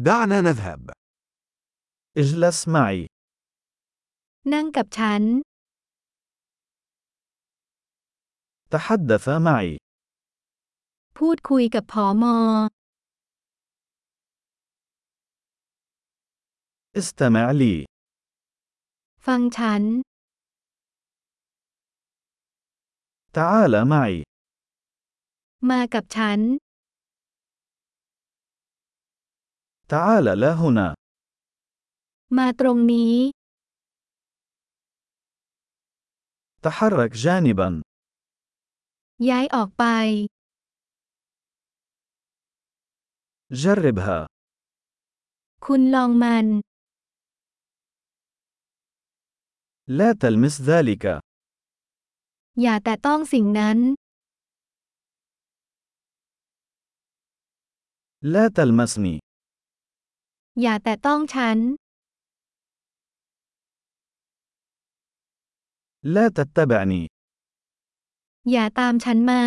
دعنا نذهب. اجلس معي. นั่งกับฉัน تحدث معي. พูดคุยกับผอมอ استمع لي. ฟังฉัน تعال معي. มากับฉัน تعال لا هنا. มาตรงนี้ تحرك جانبا. ย้ายออกไป جربها. คุณลองมัน لا تلمس ذلك. อย่าแต่ต้องสิ่งนั้น لا تلمسني. อย่าแต่ต้องฉัน لا تتبعني. อย่าตามฉันมา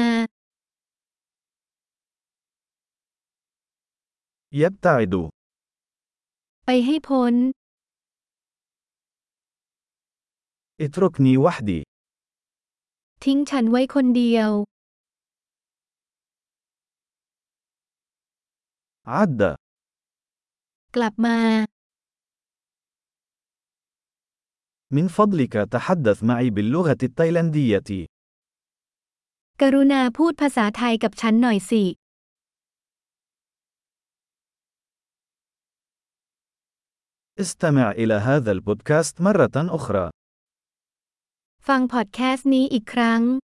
يبتعد. ไปให้พ้น اتركني وحدي. ทิ้งฉันไว้คนเดียว عد. กลับมา من فضلك تحدث معي باللغة التايلاندية. กรุณาพูดภาษาไทยกับฉันหน่อยสิ استمع إلى هذا البودكاست مرة أخرى. ฟังพอดแคสต์นี้อีกครั้ง